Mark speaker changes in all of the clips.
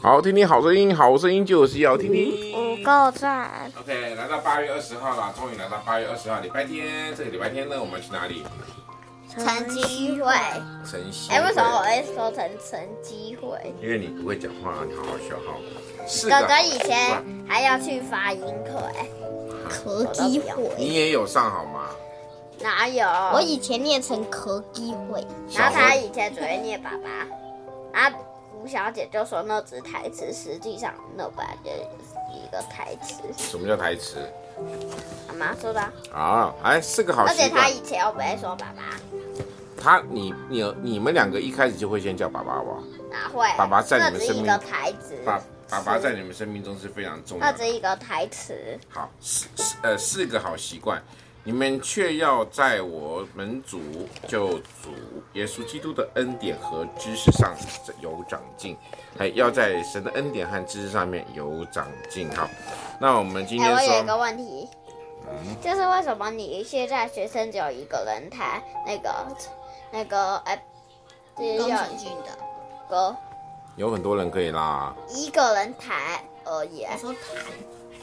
Speaker 1: 好，听听好声音，好声音就是要听
Speaker 2: 五
Speaker 3: 嗯
Speaker 1: 听。
Speaker 2: 够赞，
Speaker 1: OK，来到八月二十号了，终于来到八月二十号，礼拜天。这个礼拜天呢，我们去哪里？嗯
Speaker 3: 陈机会。
Speaker 1: 晨曦。
Speaker 3: 哎、为什么我？会说成陈机会？
Speaker 1: 因为你不会讲话，你好好笑哈。是
Speaker 3: 哥
Speaker 1: 的。
Speaker 3: 哥以前还要去发音课、哎，
Speaker 2: 可机会。
Speaker 1: 你也有上好吗？
Speaker 3: 哪有？
Speaker 2: 我以前念成可机会，
Speaker 1: 小
Speaker 3: 然后
Speaker 1: 何
Speaker 3: 他以前只会念爸爸，然后吴小姐就说那只台词，实际上那本来就是一个台词，
Speaker 1: 什么叫台词？
Speaker 3: 妈妈说的啊。
Speaker 1: 啊，哎，是个好
Speaker 3: 而且
Speaker 1: 习
Speaker 3: 他
Speaker 1: 惯。
Speaker 3: 以前又不会说爸爸，
Speaker 1: 他，你，你，你们两个一开始就会先叫爸爸吧？
Speaker 3: 哪会？
Speaker 1: 爸爸在
Speaker 3: 那
Speaker 1: 你们
Speaker 3: 只是
Speaker 1: 生
Speaker 3: 一
Speaker 1: 命
Speaker 3: 个台词，
Speaker 1: 爸，爸爸在你们生命中是非常重要
Speaker 3: 那
Speaker 1: 的
Speaker 3: 只。是一个台词。
Speaker 1: 好，四四呃四个好习惯，你们却要在我们主救主耶稣基督的恩典和知识上有长进，还要在神的恩典和知识上面有长进。好，那我们今
Speaker 3: 哎、
Speaker 1: 天
Speaker 3: 我有一个
Speaker 1: 说，嗯
Speaker 3: 问题，就是为什么你现在学生只有一个人他那个那个哎，只有
Speaker 2: 宫崎骏的。
Speaker 3: 个
Speaker 1: 有很多人可以啦，
Speaker 3: 一个人弹而已，
Speaker 2: 我说弹，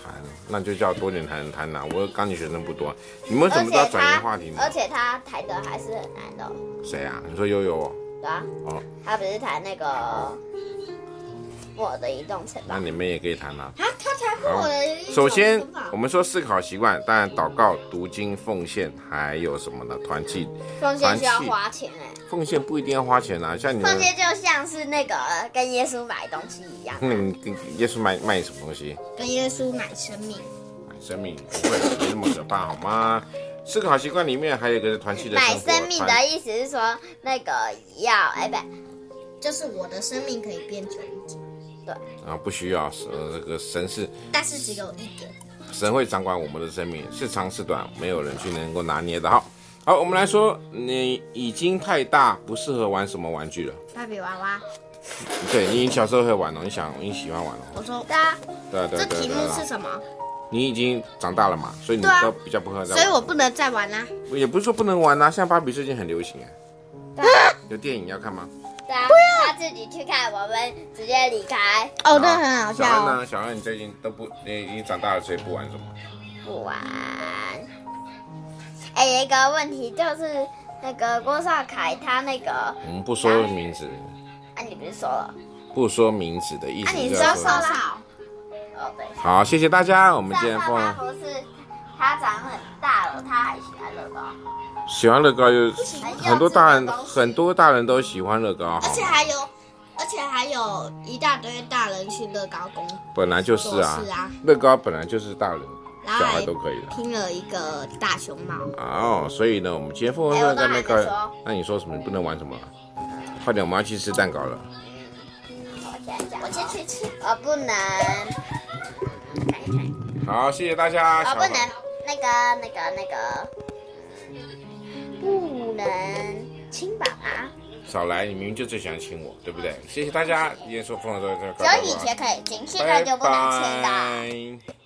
Speaker 1: 谈，那就叫多点谈谈啦。我钢琴学生不多，你们怎
Speaker 3: 而
Speaker 1: 么都要
Speaker 3: 且
Speaker 1: 转移
Speaker 3: 他
Speaker 1: 话题呢？
Speaker 3: 而且他弹的还是很难的，
Speaker 1: 谁啊？你说悠悠哦，
Speaker 3: 对啊，
Speaker 1: 哦，
Speaker 3: 他不是弹那个我的移动城
Speaker 1: 那
Speaker 3: 堡，啊
Speaker 1: 你们也可以谈啦。
Speaker 2: 他他弹过
Speaker 1: 好
Speaker 2: 我的一首
Speaker 1: 首先
Speaker 2: 歌吧，
Speaker 1: 我们说思考习惯，当然祷告、读经、奉献，还有什么呢？团契。
Speaker 3: 奉献需要
Speaker 1: 团契
Speaker 3: 花钱哎、
Speaker 1: 奉献不一定要花钱
Speaker 2: 嗯
Speaker 1: 啊，像你
Speaker 3: 奉
Speaker 1: 们，
Speaker 3: 献就像是那个跟耶稣买东西一 样，
Speaker 1: 嗯，跟耶稣卖卖什么东西？
Speaker 2: 跟耶稣买生命，
Speaker 1: 买生命不会没那么可怕，好吗？四个好习惯里面还有一个是团契的
Speaker 3: 买
Speaker 1: 生活，
Speaker 3: 生命
Speaker 1: 团
Speaker 3: 的意思是说那个要哎不。
Speaker 2: 就是我的生命可以变久一点，
Speaker 1: 啊不需要，呃，这个神是
Speaker 2: 但是只有一点。
Speaker 1: 神会掌管我们的生命，是长是短，没有人去能够拿捏的哈。好，我们来说，你已经太大，不适合玩什么玩具了。
Speaker 2: 芭比娃娃，
Speaker 1: 对你小时候会玩哦，你想你喜欢玩哦，
Speaker 2: 我说
Speaker 3: 对啊，
Speaker 1: 对啊对啊对
Speaker 2: 这
Speaker 1: 啊
Speaker 2: 题
Speaker 1: 对
Speaker 2: 目
Speaker 1: 啊
Speaker 2: 是什么？
Speaker 1: 你已经长大了嘛，所以你
Speaker 2: 对啊
Speaker 1: 都比较不合。
Speaker 2: 所以我不能再玩啦、
Speaker 1: 我也不是说不能玩啊，像芭比最近很流行哎、有电影要看吗？
Speaker 3: 对啊，他自己去看，我们直接离开，
Speaker 1: 那
Speaker 2: 哦，那很好
Speaker 1: 小
Speaker 2: 笑
Speaker 1: 安
Speaker 2: 哦。
Speaker 1: 呢？小安，你最近都不，你已经长大了，所以不玩什么？
Speaker 3: 不玩。哎，有一个问题就是那个郭少凯他那个啊，
Speaker 1: 我们嗯不说名字，
Speaker 3: 你不是说了？
Speaker 1: 不说名字的意
Speaker 2: 那、
Speaker 1: 思
Speaker 2: 啊你
Speaker 1: 就
Speaker 2: 知
Speaker 1: 是
Speaker 2: 道
Speaker 1: 说
Speaker 2: 少少？
Speaker 3: 哦，对，
Speaker 1: 好，谢谢大家，我们今天
Speaker 3: 上上他
Speaker 1: 放
Speaker 3: 不是他长很大了，他还喜欢乐高，
Speaker 1: 喜欢乐高有
Speaker 3: 稚
Speaker 1: 很多大
Speaker 2: 哎
Speaker 1: 人
Speaker 3: 的东西
Speaker 1: 很多大人都喜欢乐高
Speaker 2: 而
Speaker 1: 哈，
Speaker 2: 且还有，而且还有一大堆大人去乐高公
Speaker 1: 本来就是啊
Speaker 2: 是啊，
Speaker 1: 乐高本来就是大人
Speaker 2: 然后
Speaker 1: 小孩
Speaker 2: 还
Speaker 1: 都可以的。
Speaker 2: 拼了一个大熊猫，
Speaker 1: 哦，所以呢，我们今天凤凰
Speaker 3: 哎
Speaker 1: 社
Speaker 3: 我都
Speaker 1: 在那
Speaker 3: 还没
Speaker 1: 个
Speaker 3: 说，
Speaker 1: 那你说什么？你不能玩什么了？快点，我们要去吃蛋糕了。
Speaker 3: 我想想，我先去吃，我不能，看一看，
Speaker 1: 好，谢谢大家。
Speaker 3: 我
Speaker 1: 小
Speaker 3: 不能那个那个那个，不能亲爸爸。
Speaker 1: 少来，你明明就最喜欢亲我，对不对？谢谢大家，今天说疯了都在这儿，
Speaker 3: 只有以前可以亲，现在就不能亲了。
Speaker 1: 拜拜